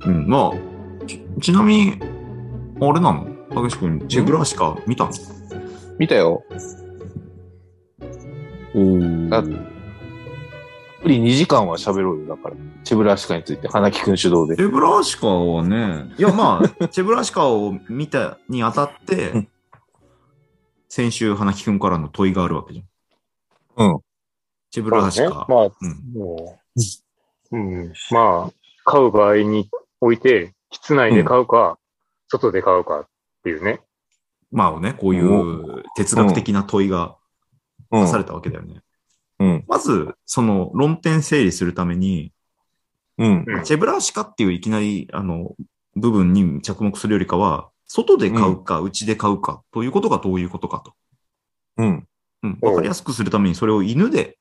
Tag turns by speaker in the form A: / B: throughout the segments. A: うん、まあ、ちちなみに、あれなのたけし君、チェブラシカ見たの
B: 見たよ。
A: お
B: だたっぷり2時間は喋ろうよ、だから。チェブラシカについて、花木くん主導
A: チ
B: で。
A: ェブラシカはね、いやまあ、 チェブラシカを見たにあたって
B: うん、
A: 先週、花木くんからの問いがあるわけじゃん。
B: うん。
A: チェブ
C: ま
A: ラ
C: あ
A: シ
C: ね
A: カ。、
C: まあ、
A: うん
C: もう、うん、まあ、買う場合において、室内で買うか、外で買うかっていうね。
A: まあね、こういう哲学的な問いが
B: う
A: 出
B: ん
A: されたわけだよね。
B: うん。
A: まず、その論点整理するために、
B: うん。
C: うん
A: チェブラシカっていういきなり、あの、部分に着目するよりかは、外で買うか、うちで買うか、ということがどういうことかと。
B: うん。
A: うん。
C: うん
A: わかりやすくするために、それを犬で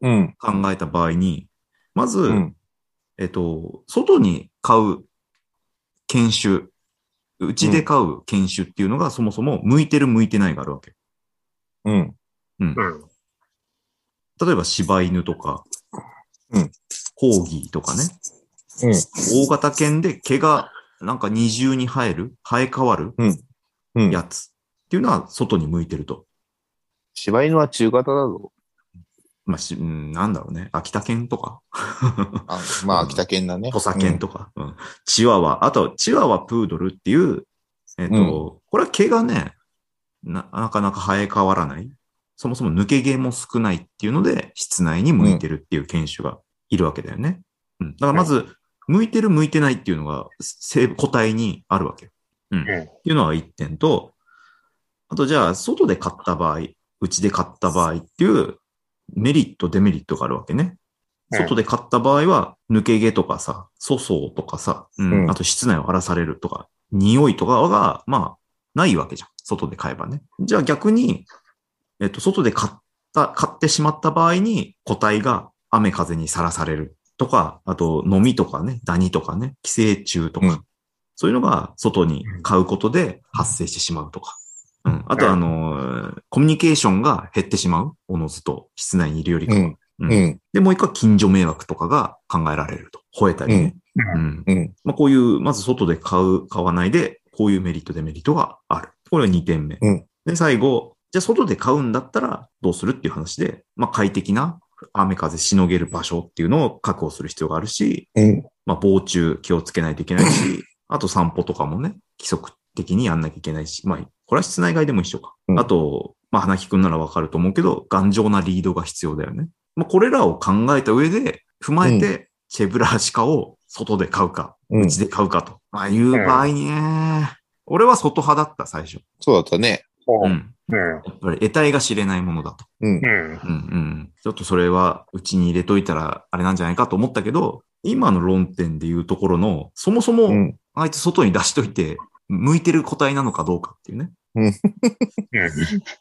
B: うん。
A: 考えた場合に、まず、
B: うん。
A: えっと、外に買う犬種、うちで買う犬種っていうのが、そもそも向いてる向いてないがあるわけ。
B: うん。
C: うん。
A: 例えば柴犬とか、
B: うん
A: コーギーとかね、
B: うん
A: 大型犬で毛がなんか二重に生える、生え変わる
B: うん。
A: やつっていうのは外に向いてると。
B: 柴犬は中型だぞ。
A: まあ、しうん、なんだろうね。秋田犬とか、
B: あ まあ、秋田県だね。
A: 土佐犬とか、うんチワワ、あと、チワワプードルっていう、えっ、と、
B: うん
A: これは毛がねな、なかなか生え変わらない。そもそも抜け毛も少ないっていうので、室内に向いてるっていう犬種がいるわけだよね。うん。だからまず、向いてる向いてないっていうのが、生物個体にあるわけよ。うん。っ
C: ん
A: ていうのは一点と、あとじゃあ、外で買った場合、うちで買った場合っていう、メリット、デメリットがあるわけね。
C: うん
A: 外で買った場合は、抜け毛とかさ、粗相とかさ、うん
B: うん
A: あと室内を荒らされるとか、匂いとかが、まあ、ないわけじゃん。外で買えばね。じゃあ逆に、えっと、外で買った、買ってしまった場合に、個体が雨風にさらされるとか、あと、飲みとかね、ダニとかね、寄生虫とか、
B: うん
A: そういうのが外に買うことで発生してしまうとか。うん。あと、あのーコミュニケーションが減ってしまう。おのずと、室内にいるよりか
B: う
A: は。
B: ん。うん。
A: で、もう一個は近所迷惑とかが考えられると。吠えたりね。う
C: う
A: ん
B: うん。
A: まあ、こういう、まず外で買う、買わないで、こういうメリット、デメリットがある。これは2点目。
B: うん
A: で、最後、じゃあ外で買うんだったらどうするっていう話で、まあ、快適な雨風しのげる場所っていうのを確保する必要があるし、
B: うん。
A: まあ、防虫気をつけないといけない し、あと散歩とかもね、規則的にやんなきゃいけないし、まあ、これは室内外でも一緒か。
B: うん
A: あと、まあ、花木くんならわかると思うけど、頑丈なリードが必要だよね。まあ、これらを考えた上で、踏まえて、チェブラシカを外で買うか、
B: う
A: うんち。で買うかと。まあ、いう場合にね、俺は外派だった、最初。
B: そうだったね。
C: お
A: う。
C: うんうん。
A: やっぱり得体が知れないものだと。
B: うん
C: う。ん。
A: うんうん。ちょっとそれは、うちに入れといたら、あれなんじゃないかと思ったけど、今の論点でいうところの、そもそも、
B: うん。
A: あいつ外に出しといて、向いてる個体なのかどうかっていうね。
C: うん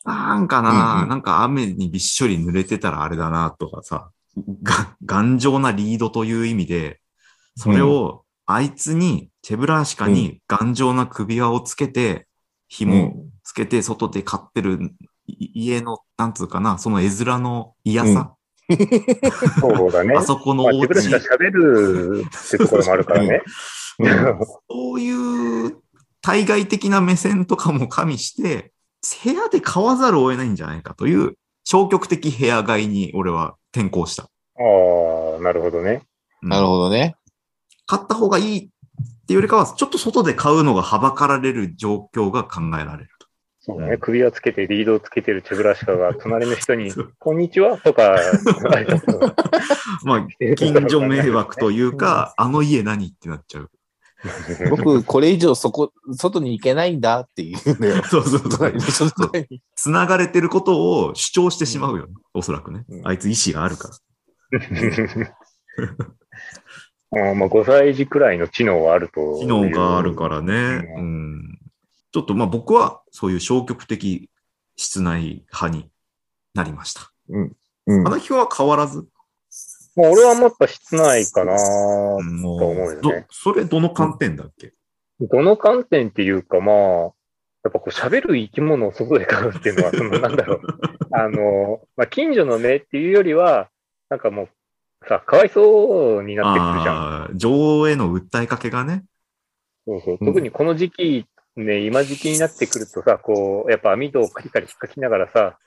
A: なんかな、
B: うんうん
A: なんか雨にびっしょり濡れてたらあれだなとかさ、が、頑丈なリードという意味で、それをあいつに、チェブラーシカに頑丈な首輪をつけて、紐をつけて外で飼ってるい家の、なんつうかな、その絵面の嫌さ、
C: そうだね。
A: あそこの
C: まあ、
A: お
C: 自分
A: 家
C: たちが喋るってところもあるからね。
A: そういう対外的な目線とかも加味して、部屋で買わざるを得ないんじゃないかという、消極的部屋買いに俺は転向した。
C: ああ、なるほどね。
A: うん
B: なるほ どね。
A: 買った方がいいっていうよりかは、ちょっと外で買うのがはばかられる状況が考えられると。
C: そう
A: う
C: ね。
A: ん
C: 首をつけて、リードをつけてるチェブラシカが、隣の人に
A: そう、
C: こんにちはと か、
A: まあ、近所迷惑というか、あの家何ってなっちゃう。
B: 僕、これ以上そこ、外に行けないんだって言うんだよ。
A: そうそうそう
B: 隣。の人とかに
A: 繋がれてることを主張してしまうよ、ねおそらくね
B: う。ん
A: あいつ意志があるから。
C: あ ーまあ、5歳児くらいの知能はあると。
A: 機能があるからね。
C: う
A: うん。ちょっとまあ僕はそういう消極的室内派になりました。
B: うん
A: 花木は変わらず。
C: まあ、俺はもっと室内かな。
A: も
C: と思うよね
A: どそれどの観点だっけ、
C: どの観点っていうか、まあ、やっぱこう喋る生き物を外で飼うっていうのは、そのなん だろう。あの、まあ、近所の目っていうよりは、なんかもう、さ、かわいそうになってくるじゃん。
A: ああ、女王への訴えかけがね。
C: そうそう
B: うん
C: 特にこの時期、ね、今時期になってくるとさ、こう、やっぱ網戸をカリカリ引っかきながらさ、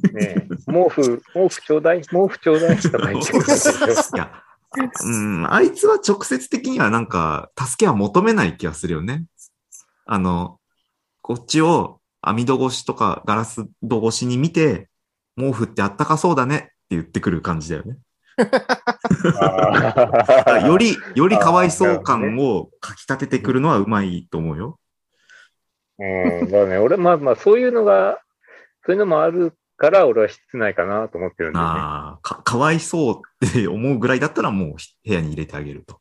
C: ね、毛布、毛布ちょうだい、毛布ちょうだいとか言ってくるんですよ。
A: い や、うん、あいつは直接的にはなんか、助けは求めない気がするよね。あの、こっちを網戸越しとかガラス戸越しに見て、毛布ってあったかそうだねって言ってくる感じだよね。だからより、よりかわいそう感をかきたててくるのはうまいと思うよ。
C: うん、だからね、俺、まあまあ、そういうのが、そういうのもあるから、俺は室内かなと思ってるんだよね。
A: ああ、か、かわいそうって思うぐらいだったらもうひ部屋に入れてあげると。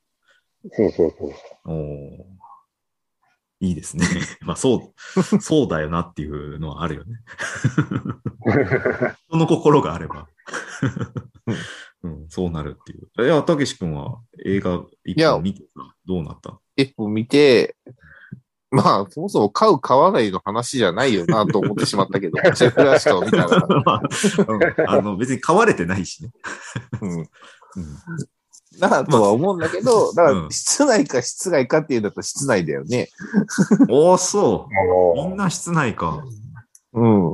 C: そうそうそう。
A: おお。いいですね。 まあそう、そうだよなっていうのはある よね。人の心があれば。うん、そうなるっていう。いや、たけし君は映画一
B: いや
A: 本見てたどうなった
B: 一本見て、まあ、そもそも買う、買わないの話じゃないよなと思ってしまったけど、シェフラシカを見た ら、
A: うんあの、別に買われてないしね。
B: うん、
A: うん
B: なあとは思うんだけど、だ
A: あ
B: から
A: うん
B: 室内か室外かっていうんだったら室内だよね。
A: おー、そ
C: も
A: う。みん
C: う
A: な室内か。
B: うん。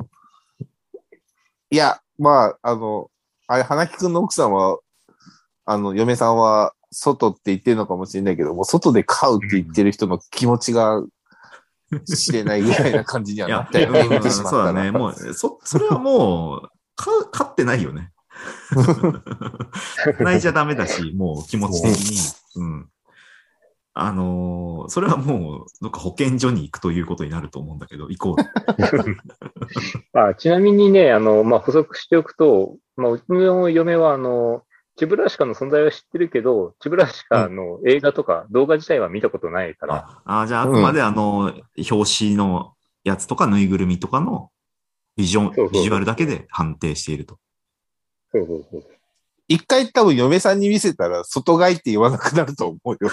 B: いや、まあ、あの、あれ、花木くんの奥さんは、あの、嫁さんは、外って言ってるのかもしれないけど、もう外で飼うって言ってる人の気持ちが知れないぐらいな感じにはいな
A: や
B: っ、て、
A: うん、そうだね。
B: も
A: もう、そ、それはもう、か、勝ってないよね。泣いちゃダメだし、もう気持ち的に。うん。あのーそれはもう、なんか保健所に行くということになると思うんだけど、行こう。
C: ま あ、ちなみにね、あの、まあ、補足しておくと、まあ、うちの嫁は、あの、チブラシカの存在は知ってるけど、チブラシカの映画とか動画自体は見たことないから、
A: ああ、じゃあ、あくまであの、表紙のやつとか、ぬいぐるみとかのビジョ
C: そう
A: ン、
C: そう
A: ビジュアルだけで判定していると。
C: そうそうそう。
B: 一回多分嫁さんに見せたら、外外って言わなくなると思うよ。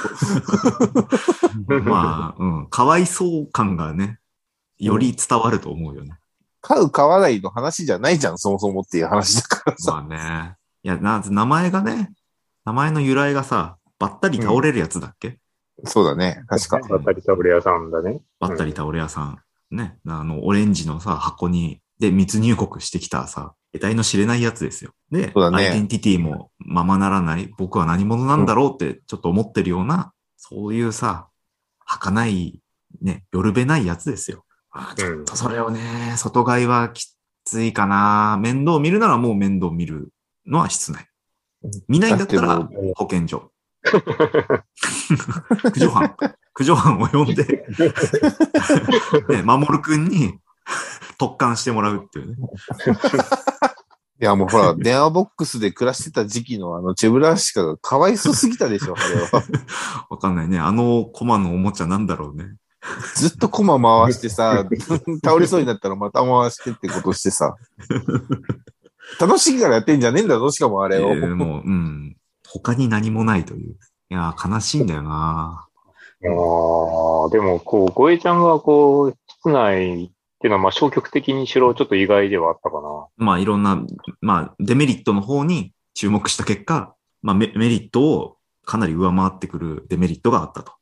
A: まあ、うん、かわいそう感がね、より伝わると思うよね。
B: 飼う、飼わないの話じゃないじゃん、そもそもっていう話だからさ。
A: まあね。いや、な、名前がね、名前の由来がさ、ばったり倒れるやつだっけ、
B: そうだね、確か。
C: 当たりタブレ屋さんだね。
A: ばったり倒れ屋さん。ね。あの、オレンジのさ、箱に、で、密入国してきたさ、得体の知れないやつですよ。で、
B: そうだね
A: アイデンティティもままならない、僕は何者なんだろうってちょっと思ってるような、そういうさ、儚い、ね、夜べないやつですよ。あーちょっとそれをね、外買いはきついかな。面倒見るならもう面倒見るのは室内。見ないんだった
B: だ
A: ら
B: っ
A: 保健所。駆除班。駆除班を呼んで、ね、守るくんに特感してもらうっていうね。
B: いや、もうほら、電話ボックスで暮らしてた時期のあの、チェブラシカがかわいそうすぎたでしょ、あれは。
A: わかんないね。あのコマのおもちゃなんだろうね。
B: ずっとコマ回してさ、 倒れそうになったらまた回してってことしてさ。楽しいからやってんじゃねえんだぞ、しかもあ
A: え
B: れを。
A: ーもう、うん。他に何もないという。いやー、悲しいんだよな
C: ああ、でも、こう、ゴエちゃんが、こう、室内っていうのは、まあ、消極的にしろ、ちょっと意外ではあったかな。
A: まあ、いろんな、まあ、デメリットの方に注目した結果、まあメ、メリットをかなり上回ってくるデメリットがあったと。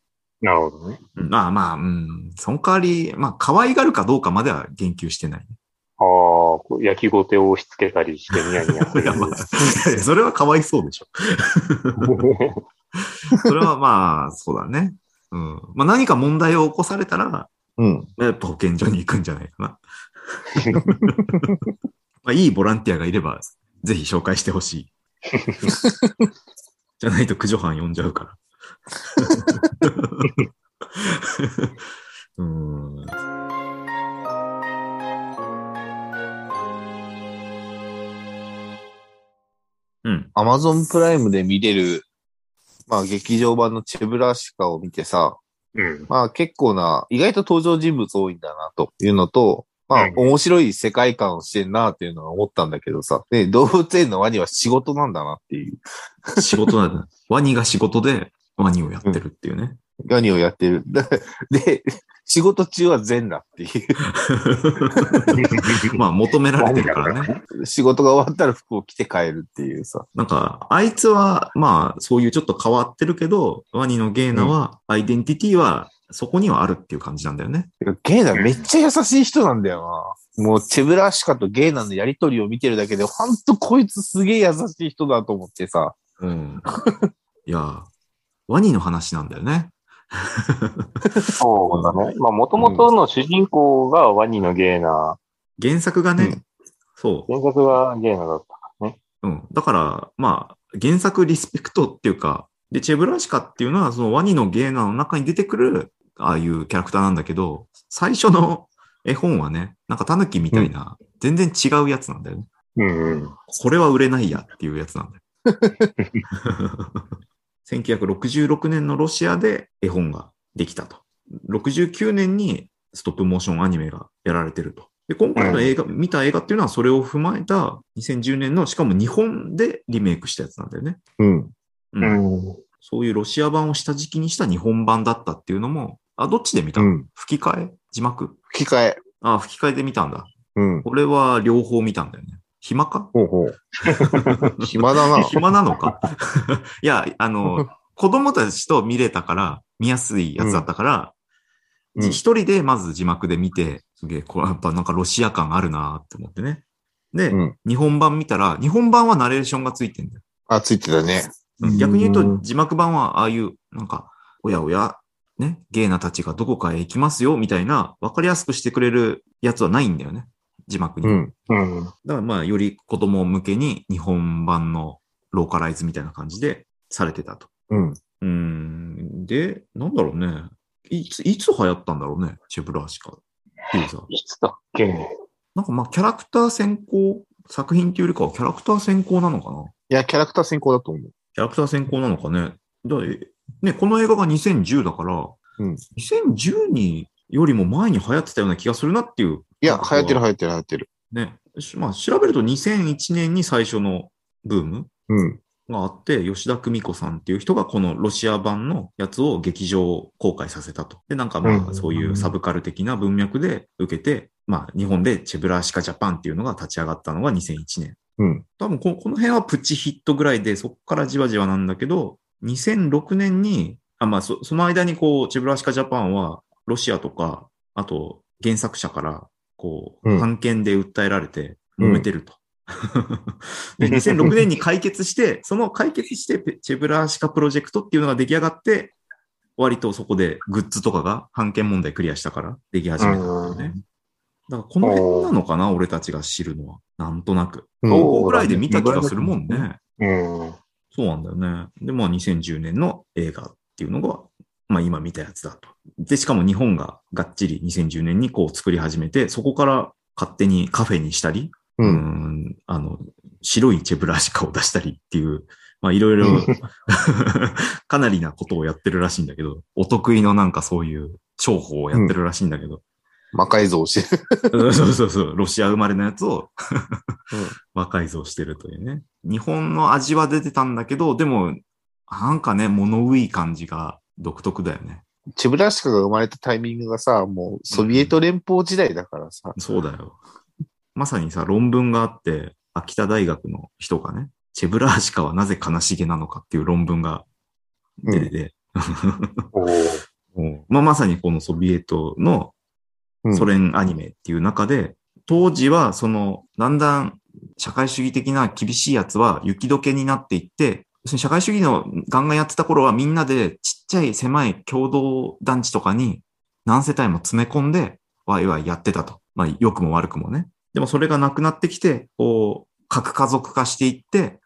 C: なるほどね。
A: うんまあまあ、うん。その代わり、まあ、可愛がるかどうかまでは言及してない。
C: ああ、こう焼きごてを押し付けたりしてニヤニヤ す
A: い
C: る
A: や、。まあ、それはかわいそうでしょ。 それはまあ、そうだね。うん。まあ、何か問題を起こされたら、
B: うん。
A: やっぱ保健所に行くんじゃないかな。まあ、いいボランティアがいれば、ぜひ紹介してほしい。じゃないと駆除班呼んじゃうから。 うんうん。
B: アマゾンプライムで見れる、まあ劇場版のチェブラシカを見てさ、
C: うん。
B: まあ結構な、意外と登場人物多いんだなというのと、ままあ、面白い世界観をしてんなっていうのは思ったんだけどさ、ね、動物園のワニは仕事なんだなっていう。
A: 仕事なんだ。ワニが仕事でワニをやってるっていうね。
B: ワニをやってる。 だで、仕事中は全裸っていう。
A: まあ求められてるからね。
B: 仕事が終わったら服を着て帰るっていうさ。
A: なんか、あいつは、まあ、そういうちょっと変わってるけど、ワニのゲーナは、アイデンティティは、そこにはあるっていう感じなんだよね。
B: てかゲーナめっちゃ優しい人なんだよな。もう、チェブラシカとゲーナのやりとりを見てるだけで、ほんとこいつすげえ優しい人だと思ってさ。
A: うん。いや、ワニの話なんだよね。
D: そうだね。まあ、もともとの主人公がワニのゲーナ
A: 原作がね、
B: うん
A: そ
D: ー、原作がゲーナだった。
A: う。うん。だから、まあ、原作リスペクトっていうか、で、チェブラシカっていうのは、そのワニのゲーナの中に出てくる、ああいうキャラクターなんだけど、最初の絵本はね、なんかタヌキみたいな、全然違うやつなんだよね。
D: うんうん。
A: これは売れないやっていうやつなんだよ。1966年のロシアで絵本ができたと。69年にストップモーションアニメがやられてると。で、今回の映画、見た映画っていうのはそれを踏まえた2010年の、しかも日本でリメイクしたやつなんだよね。
B: うん。
A: うん
D: うん。
A: そういうロシア版を下敷きにした日本版だったっていうのも、あ、どっちで見た、
B: うん。
A: 吹き替え字幕
B: 吹き替え。
A: あ、吹き替えで見たんだ。
B: うん。
A: 俺は両方見たんだよね。暇か
B: ほう ほう。暇だな。
A: 暇なの かいや、あの、子供たちと見れたから、見やすいやつだったから、
B: うん
A: じ一、人でまず字幕で見て、すげえ、これやっぱなんかロシア感あるなって思ってね。で、
B: うん
A: 日本版見たら、日本版はナレーションがついてんだよ。
B: あ、ついてたね。
A: うん逆に言
D: う
A: うと
D: ん
A: 字幕版はああいう、なんか、おやおや、ね、ゲイナたちがどこかへ行きますよ、みたいな、わかりやすくしてくれるやつはないんだよね。字幕に。
B: うん。
D: うん。
A: だからまあ、より子供向けに日本版のローカライズみたいな感じでされてたと。
B: うん。
A: うーん。で、なんだろうね。いつ、いつ流行ったんだろうね。チェブラーシカっていうさ。
D: いつだっけ
A: なんかまあ、キャラクター先行、作品っていうよりかはキャラクター先行なのかない
B: や、キャラクター先行だと思う。
A: キャラクター先行なのかね。だえね、この映画が2010だから、
B: うん
A: 2010によりも前に流行ってたような気がするなっていう。
B: いや、流行ってる流行ってる流行ってる。
A: ね。しまあ、調べると2001年に最初のブーム
B: うん。
A: があって、吉田久美子さんっていう人がこのロシア版のやつを劇場公開させたと。で、なんかま
D: う
A: あ
D: ん
A: そういうサブカル的な文脈で受けて、まあ日本でチェブラーシカジャパンっていうのが立ち上がったのが2001年。
B: うん。
A: 多分ここの辺はプチヒットぐらいで、そこからじわじわなんだけど、2006年に、あまあそその間にこう、チェブラシカジャパンはロシアとか、あと原作者からこ
B: う
A: う、
B: ん
A: 判権で訴えられて
B: う
A: 揉
B: ん
A: めてる と。で2006年に解決して、その解決してペチェブラシカプロジェクトっていうのが出来上がって、割とそこでグッズとかが判権問題クリアしたからでき始めたんだよね。だからこの辺なのかな、俺たちが知るのは。なんとなく。
B: うん
A: 高校ぐらいで見た気がするもんね。
D: うん。
A: そうなんだよね。で、まあ2010年の映画っていうのが、まあ今見たやつだと。で、しかも日本ががっちり2010年にこう作り始めて、そこから勝手にカフェにしたり、
B: う。
A: うんんあの、白いチェブラシカを出したりっていう、まあいろいろ かなりなことをやってるらしいんだけど、お得意のなんかそういう重宝をやってるらしいんだけど、
B: 魔改造してる。
A: うんそうそうそう、ロシア生まれのやつを魔改造してるというね。日本の味は出てたんだけど、でも、なんかね、物食い感じが独特だよね。
B: チェブラシカが生まれたタイミングがさ、もうソビエト連邦時代だからさ。
A: そうだよ。まさにさ、論文があって、秋田大学の人がね、チェブラーシカはなぜ悲しげなのかっていう論文が出てて、
D: おー
A: もうまあ、まさにこのソビエトの
B: うん
A: ソ連アニメっていう中で、当時はその、だんだん社会主義的な厳しいやつは雪解けになっていって、要するに社会主義のガンガンやってた頃はみんなでちっちゃい狭い共同団地とかに何世帯も詰め込んでワイワイやってたと。まあ良くも悪くもね。でもそれがなくなってきて、こう、核家族化していって、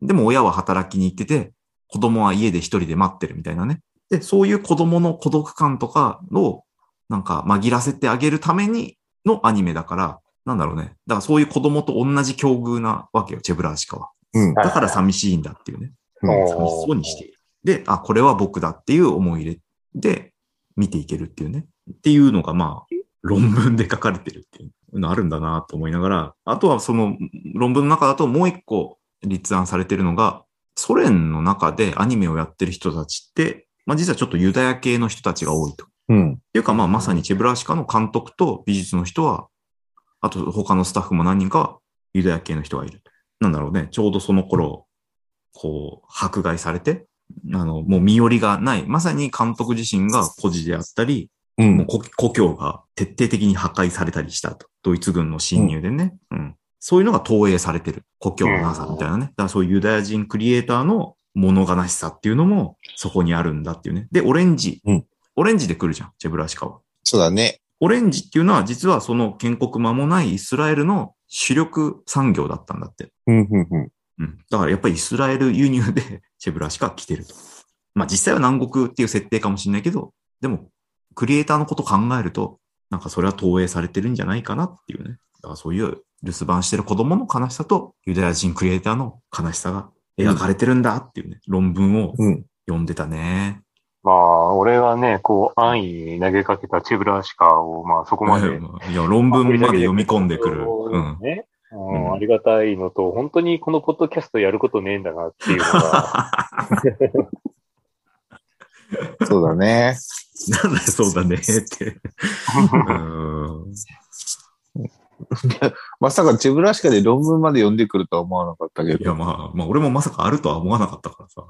A: でも親は働きに行ってて、子供は家で一人で待ってるみたいなね。で、そういう子供の孤独感とかをなんか紛らせてあげるためにのアニメだから、なんだろうね。だからそういう子供と同じ境遇なわけよ、チェブラーシカは。
B: うん。
A: だから寂しいんだっていうね。
B: うん
A: 寂しそうにしている。で、あ、これは僕だっていう思い入れで見ていけるっていうね。っていうのがまあ、論文で書かれてるっていう。ういうのあるんだなと思いながら、あとはその論文の中だともう一個立案されてるのが、ソ連の中でアニメをやってる人たちって、まあ実はちょっとユダヤ系の人たちが多いと。っ
B: うん。
A: ていうかまあまさにチェブラーシカの監督と美術の人は、あと他のスタッフも何人かはユダヤ系の人がいる。なんだろうね、ちょうどその頃、こう、迫害されて、あの、もう身寄りがない、まさに監督自身が孤児であったり、
B: う。
A: もうん故故郷が徹底的に破壊されたりしたと。ドイツ軍の侵入でね。うん。そういうのが投影されてる。故郷のなさみたいなね。だからそういうユダヤ人クリエイターの物悲しさっていうのもそこにあるんだっていうね。で、オレンジ。
B: うん
A: オレンジで来るじゃん、チェブラシカは。
B: そうだね。
A: オレンジっていうのは実はその建国間もないイスラエルの主力産業だったんだって。
B: うん、うん、うん。
A: うん。だからやっぱりイスラエル輸入で チェブラシカ来てると。まあ実際は南国っていう設定かもしれないけど、でもクリエイターのこと考えると、なんかそれは投影されてるんじゃないかなっていうね。だからそういう留守番してる子供の悲しさとユダヤ人クリエイターの悲しさが描かれてるんだっていうね、論文を
B: うん。
A: 読んでたね。
D: まあ、俺はね、こう、安易に投げかけたチェブラシカを、まあ、そこまで。
A: いや、論文まで読み込んでくる。うん。
D: ね。うん
A: うん
D: ありがたいのと、本当にこのポッドキャストやることねえんだなっていうの が、
B: そうだね。
A: なんだよそうだね って。うん
B: まさかチェブラシカで論文まで読んでくるとは思わなかったけ
A: いや、
B: ど。
A: まあ、まあ、俺もまさかあるとは思わなかったからさ。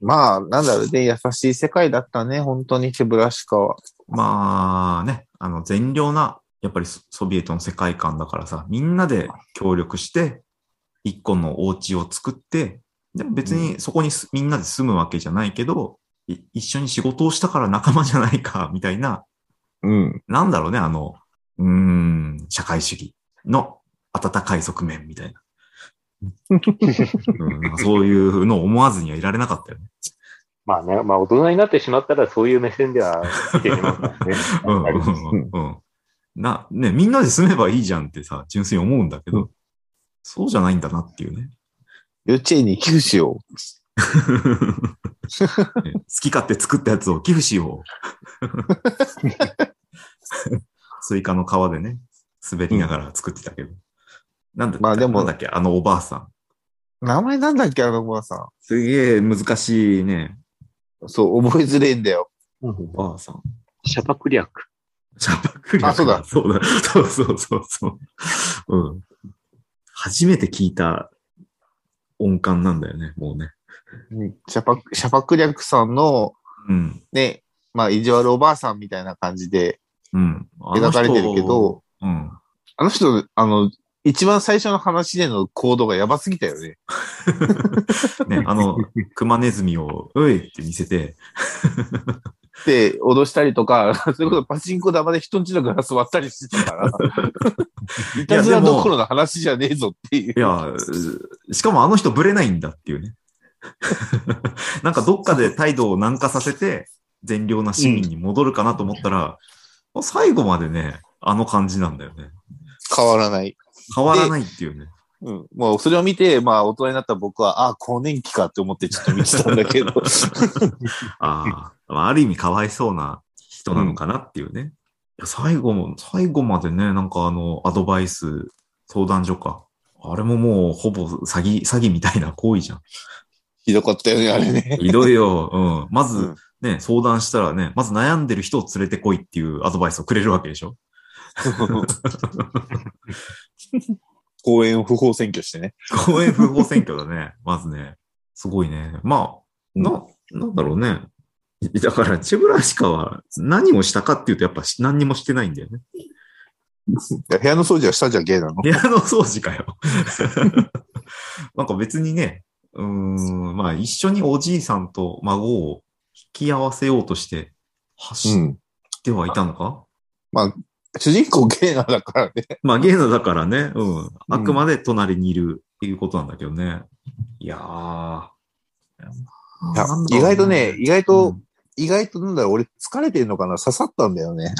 B: まあ、なんだろうね。優しい世界だったね。本当にチェブラシカは。
A: まあね、あの、善良な、やっぱりソソビエトの世界観だからさ、みんなで協力して、一個のお家を作って、でも別にそこにす、みんなで住むわけじゃないけど、い一緒に仕事をしたから仲間じゃないか、 みたいな、
B: うん。
A: なんだろうね、あの、うーん、社会主義の温かい側面みたいな。うん、なんかそういうのを思わずにはいられなかったよね。
D: まあね、まあ大人になってしまったらそういう目線では見てしまうんですね。
A: うん
D: やっぱり
A: うんうんうんな、ね、みんなで住めばいいじゃんってさ、純粋に思うんだけど、そうじゃないんだなっていうね。
B: 幼稚園に寄付しよ
A: ね好き勝手作ったやつを寄付しよ う。スイカの皮でね、滑りながら作ってたけど。なんだっけ、
B: まあでも
A: なんだっけ、あのおばあさん。
B: う。名前なんだっけあのおばあさ
A: すげえ難しいね、
B: ん。そう、覚えづれえんだよ。
A: おばあさん。
D: シャパクリャク。
A: ジャパクリア
B: あそうだ
A: そうだ。そうそうそうそう。うん。初めて聞いた音感なんだよね、もうね。
B: シャパク、シャパクリャクさんの、
A: うん。
B: ね、まあ、意地悪おばあさんみたいな感じで
A: うん。
B: 描かれてるけど、
A: あの
B: あの人、あの、一番最初の話での行動がやばすぎたよね。
A: 人、うん。ね、あ の、熊ネズミを、ういって見せて、
B: で、脅したりとか、 それこそパチンコ玉で人んちのガラス割ったりしてた から、いたずらどころの話じゃねえぞっていう。
A: いや、うしかもあの人ブレないんだっていうね。 なんかどっかで態度を軟化させて、善良な市民に戻るかなと思ったら、最後までね、あの感じなんだよね。
B: 変わらない。
A: 変わらないっていうね。
B: うん。もうそれを見て、まあ大人になった僕は、ああ、更年期かって思ってちょっと見てたんだけ ど。
A: ああ、まあある意味かわいそうな人なのかなっていうね。いや最後も、最後までね、なんかあの、アドバイス、相談所か。あれももうほぼ詐欺、詐欺みたいな行為 じゃん。
B: ひどかったよね、あれ ね。
A: ひどいよ。うん。ま
B: う
A: ず
B: ん
A: ね、相談したらね、まず悩んでる人を連れてこいっていうアドバイスをくれるわけでしょ。
B: 公園を不法占拠してね。
A: 公園不法選挙だ ね。まずね。すごいね。まあ、な、なんだろうね。だから、チェブラシカは何をしたかっていうと、やっぱし何にもしてないんだよね。
B: 部屋の掃除はしたじゃゲイなの
A: 部屋の掃除かよ。 なんか別にね、うーん、まあ一緒におじいさんと孫を引き合わせようとして
B: う
A: 走っ
B: ん。
A: てはいたのか、
B: 主人公ゲイなんだからね。
A: まあゲームだからね、うん。あくまで隣にいるっていうことなんだけどね。いやー。
B: いや
A: なんだろう
B: 意外とね、、意外と、
A: うん
B: 意外となんだろう、俺疲れてるのかな刺さったんだよね。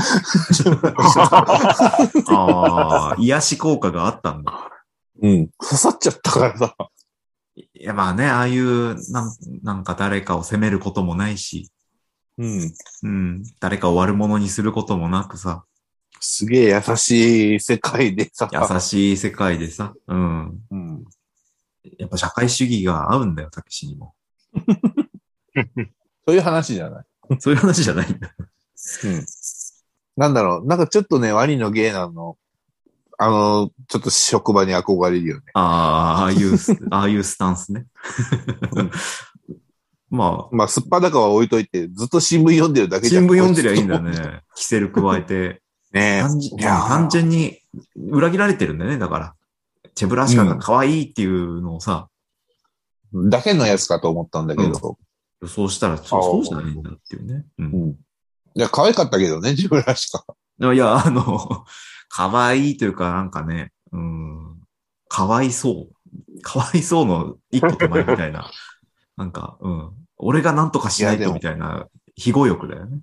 A: ああ、癒し効果があったんだ。
B: うん。刺さっちゃったからさ。
A: いや、まあね、ああいう、なんなんか誰かを責めることもないし、
B: うん。
A: うん。誰かを悪者にすることもなくさ、
B: すげえ優しい世界でさ。
A: 優しい世界でさ。うん。
B: うん。
A: やっぱ社会主義が合うんだよ、たけしにも。
B: そういう話じゃない。
A: そういう話じゃないんだ。
B: うん。なんだろう。なんかちょっとね、ワニのゲイなの、あの、ちょっと職場に憧れるよね。
A: ああ、ああいうス、 ああいうスタンスね。ま
B: まあ、すっぱだかは置いといて、ずっと新聞読んでるだ
A: あ、
B: けじゃ
A: 新
B: ん
A: 聞読んでりゃいいんだよ。ね。キセル加えて。
B: ね
A: 単純
B: いやー
A: 単純に裏切られてるんだよね、だから。チェブラシカが可愛いっていうのをさ、
B: え。だけのやつかと思ったんだけど。
A: 予想したら、そうそうじゃないんだっていうね。うん
B: うん。いや、可愛かったけどね、自分らしか。
A: いや、あの、 可愛いというか、なんかね、うん、かわいそう。かわいそうの一歩手前みたい な。なんか、うん。俺がなんとかしない
B: いやで
A: と
B: も
A: みたいな、非語欲だよね。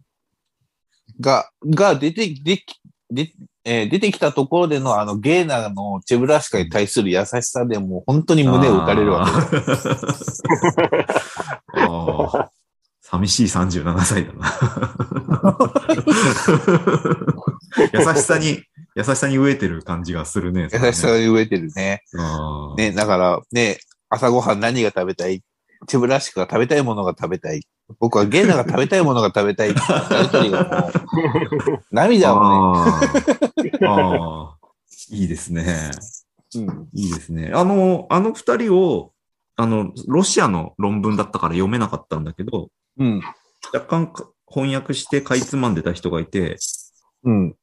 B: が、が出て、でき、で、えー出てきたところでのあのゲーナのチェブラシカに対する優しさでもう本当に胸を打たれるわけだ。
A: け。 あー寂しい37歳だ な。優しさに、優しさに飢えてる感じがするね。
B: 優しさ
A: ね。
B: が飢えてるね。
A: あー
B: ね、だからね、朝ごはん何が食べたいチェブラシカが食べたいものが食べたい。僕はゲーナが食べたいものが食べたいってやりとりがもう、 涙をね、
A: あーあー。いいですね。
B: うん
A: いいですね。あの、あの二人を、あの、ロシアの論文だったから読めなかったんだけど、
B: うん、
A: 若干か翻訳してかいつまんでた人がいて、
B: うん、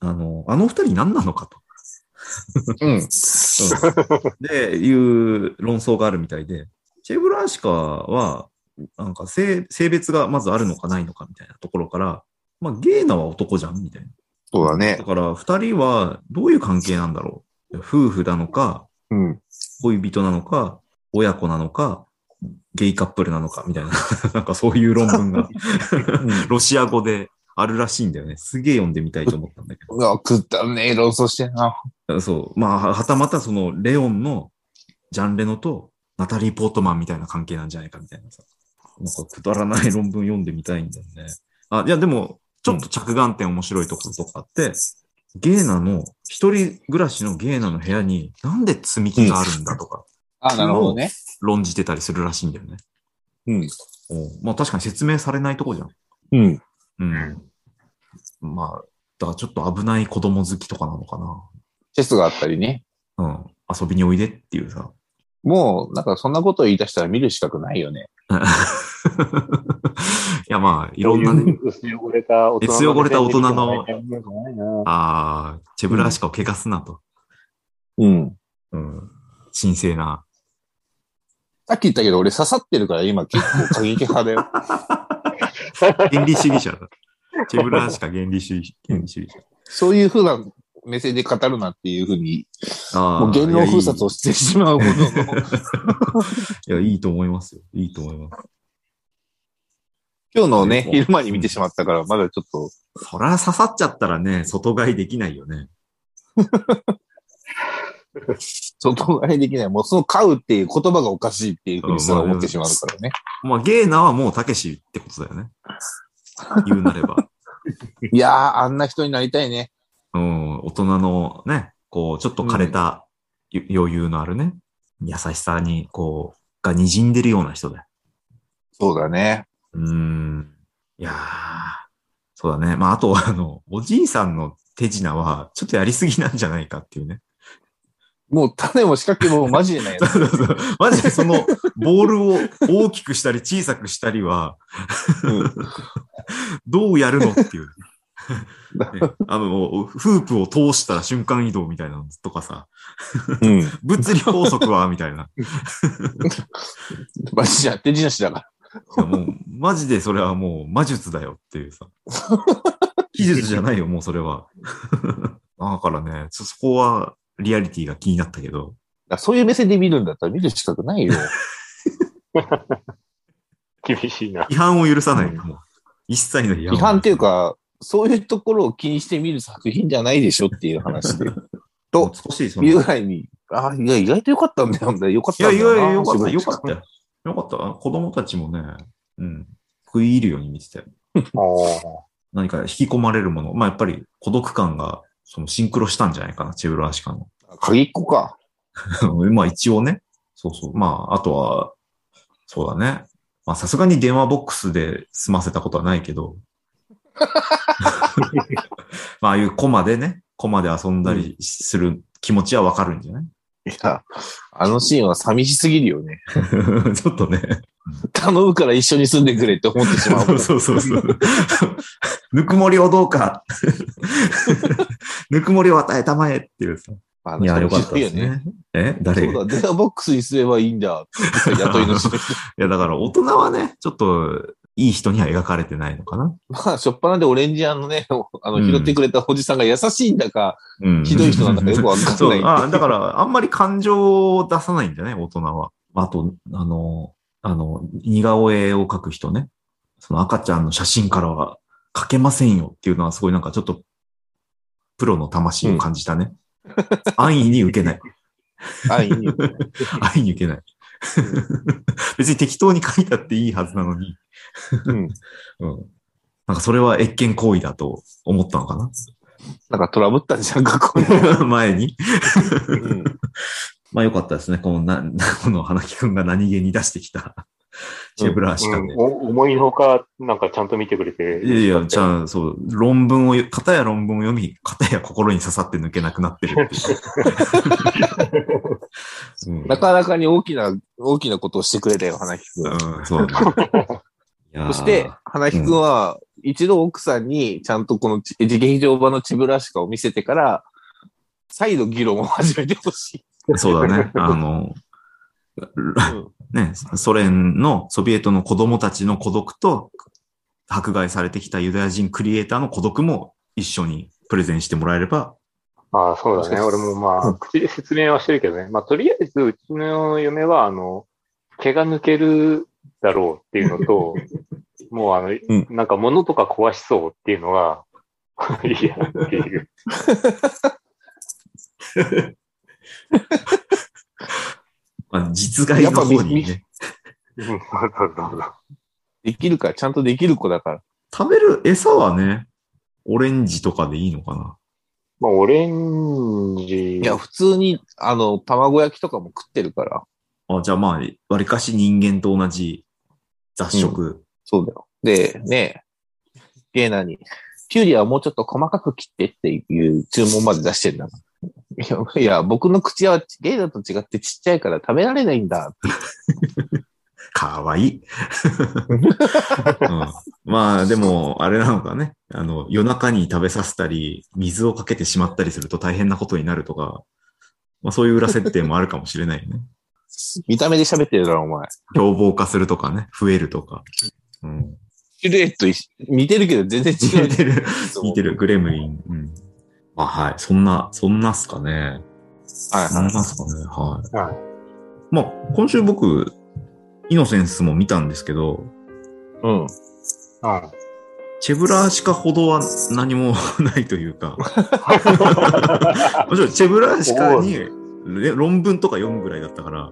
A: あの、あの二人何なのかと、
B: うん。
A: うんで、いう論争があるみたいで、チェブラーシカは、なんか性性別がまずあるのかないのかみたいなところから、まあ、ゲイナは男じゃんみたいな。
B: そうだね
A: だ。から、二人はどういう関係なんだろう夫婦なのか、
B: うん。
A: 恋人なのか、親子なのか、ゲイカップルなのか、みたいな、 なんかそういう論文が、ロシア語であるらしいんだよね。すげえ読んでみたいと思ったんだけ
B: うわ、くったねえ、論争してんな。
A: ど。そう。まあ、はたまたその、レオンの、ジャンレノと、ナタリー・ポートマンみたいな関係なんじゃないか、みたいなさ。なんかくだらない論文読んでみたいんだよね。あ、いや、でも、ちょっと着眼点面白いところとかあって、ゲイナの、一人暮らしのゲイナの部屋に、なんで積み木があるんだとか、
B: あ、なるほどね。
A: 論じてたりするらしいんだよね。
B: うん。
A: まあ確かに説明されないとこじゃん。
B: うん。
A: うん。まあ、だからちょっと危ない子供好きとかなのか
B: チェスがあったりね。
A: な。うん。遊びにおいでっていうさ。
B: もう、なんかそんなこと言い出したら見る資格ないよね。
A: いやまあ、いろんなね。。
D: 薄汚れた大人の目線で見てもらいたいもんじゃないな。
A: ああ、チェブラーシカを汚すなと。
B: うん。
A: うん。神聖な。
B: さっき言ったけど、俺刺さってるから今結構過激派だ よ。
A: 原理主義者 だ。チェブラーシカ原理主義原理主義
B: そういうふうな目線で語るなっていうふうに、
A: 者。ああ。
B: もう言論封
A: い
B: 殺をしてしまうほどの。
A: やいいいや、いいと思いますよ。いいと思います。
B: 今日のね、
A: うん
B: 昼間に見てしまったから、まだちょっと、
A: そら刺さっちゃったらね、外買いできないよね。
B: 外替えできない。もうその飼うっていう言葉がおかしいっていうふうにすら思ってしまうからね。
A: まあ、ゲーナはもうたけしってことだよね。言うなれば。
B: いやー、あんな人になりたいね。
A: うん、大人のね、こう、ちょっと枯れたゆ余裕のあるね、優しさに、こう、が滲んでるような人だよ。
B: そうだね。
A: うん。いやー、そうだね。まあ、あと、あの、おじいさんの手品は、ちょっとやりすぎなんじゃないかっていうね。
B: もう種も仕掛けもマジでないや つ。
A: そうそうそうマジでその、ボールを大きくしたり小さくしたりは、 どうやるのって いう。ねあの、フープを通した瞬間移動みたいなのとかさ、
B: うん。
A: 物理法則はみたいな。
B: マジじゃ手品師だから。
A: いやもう、マジでそれはもう魔術だよっていうさ。技術じゃないよ、もうそれは。 だからね、そ、そこはリアリティが気になったけど、
B: あそういう目線で見るんだったら見る資格ないよ。
D: 厳しいな。
A: 違反を許さない。もう一切の違反を。
B: 違反っていうか、そういうところを気にして見る作品じゃないでしょっていう話で。
A: もう少しその、い
B: いうぐらいに、ああ、いや、意外と良かったんだよ。みたいな良かった
A: や、
B: ん
A: い
B: だよな。
A: や、よかった、よ
B: よ
A: かったよ。よかった。子供たちもね、うん、食い入るように見てたよ。
D: ああ
A: 何か引き込まれるもの。まあ、やっぱり孤独感が、そのシンクロしたんじゃないかな、チェブラーシカの。
B: 鍵っ子か。
A: まあ、一応ね。そうそう。まあ、あとは、そうだね。まあ、さすがに電話ボックスで済ませたことはないけ ど。 まあ、ああいうコマでね、コマで遊んだりする気持ちはわかるんじゃない
B: いや、あのシーンは寂しすぎるよね。
A: ちょっとね。
B: 頼むから一緒に住んでくれって思ってしまう
A: そ。うそうそうそう。 ぬくもりをどうか。 ぬくもりを与えたまえっていうさ。
B: ま あ
A: いや、よかったです。
B: 寂し
A: ね。え誰
B: いよねそうだ、電話ボックスにすればいいんだ。雇い 主。
A: いや、だから大人はね、ちょっと、いい人には描かれてないのかな。
B: まあ、しょっぱなでオレンジ屋のね、あの、拾ってくれたおじさんが優しいんだか、
A: うん
B: ひどい人なんだかよくわかん
A: そう
B: ない。
A: あだから、あんまり感情を出さないんじゃない大人は。あと、あの、あの、似顔絵を描く人ね。その赤ちゃんの写真からは描けませんよっていうのはすごいなんかちょっと、プロの魂を感じたね。安易に受けない。
B: あいいよ
A: 安易に受けない。 別に適当に描いたっていいはずなのに。
B: うん
A: うん。なんかそれは越権行為だと思ったのか
B: なんかトラブったんじゃん、学 校に。
A: な前に。
B: うん
A: まあよかったですね。このな、 この花木くんが何気に出してきた チェブラーシカね。
D: お思いのほか、なんかちゃんと見てくれて。
A: いやいや、じゃあ、そう、論文を、片や論文を読み、片や心に刺さって抜けなくなってるっていう。うん
B: なかなかに大きな、大きなことをしてくれたよ、花木くん。
A: うん、 そうだね。いやー
B: そして、、花木くんは、一度奥さんに、ちゃんとこのち劇場版のチブラシカを見せてから、再度議論を始めてほしい。
A: そうだね。あの、ね、ソ連のソビエトの子供たちの孤独と、迫害されてきたユダヤ人クリエイターの孤独も一緒にプレゼンしてもらえれば、
D: まあそうだね。俺もま
A: う
D: あ、口で説明はしてるけどね。まあとりあえず、うちの嫁は、あの、毛が抜けるだろうっていうのと、もうあの、
B: ん
D: なんか物とか壊しそうっていうのが、いやっていう。
A: まあ、実害の方にね。
D: うんそうそうそう
B: できるから、ちゃんとできる子だから。
A: 食べる餌はね、オレンジとかでいいのかな。
D: まあ、オレンジ。
B: いや、普通に、あの、卵焼きとかも食ってるから。
A: あじゃあまあ、わりかし人間と同じ雑食。
B: そうだよ。で、ねえ、ゲーナに、キュウリはもうちょっと細かく切ってっていう注文まで出してんだから。いや、いや僕の口はゲーナと違ってちっちゃいから食べられないんだ。
A: かわ いい。うんまあ、でも、あれなのかね。あの、夜中に食べさせたり、水をかけてしまったりすると大変なことになるとか、まあそういう裏設定もあるかもしれないよ ね。
B: 見た目で喋ってるだろ、お前。
A: 凶暴化するとかね、増えるとか。うん。
B: シルエット一緒似てるけど全然違う
A: 似。 てる、似て
B: る。
A: る、グレムリン。うん。まあはい、そんな、そんなっすかね。
B: はい
A: そん
B: は
A: ないっ。すかね、はい。
D: は
A: まあ、今週僕、イノセンスも見たんですけど、
B: うん。
D: うん
A: チェブラーシカほどは何も ないという か、もちろんチェブラーシカにね論文とか読むぐらいだったから、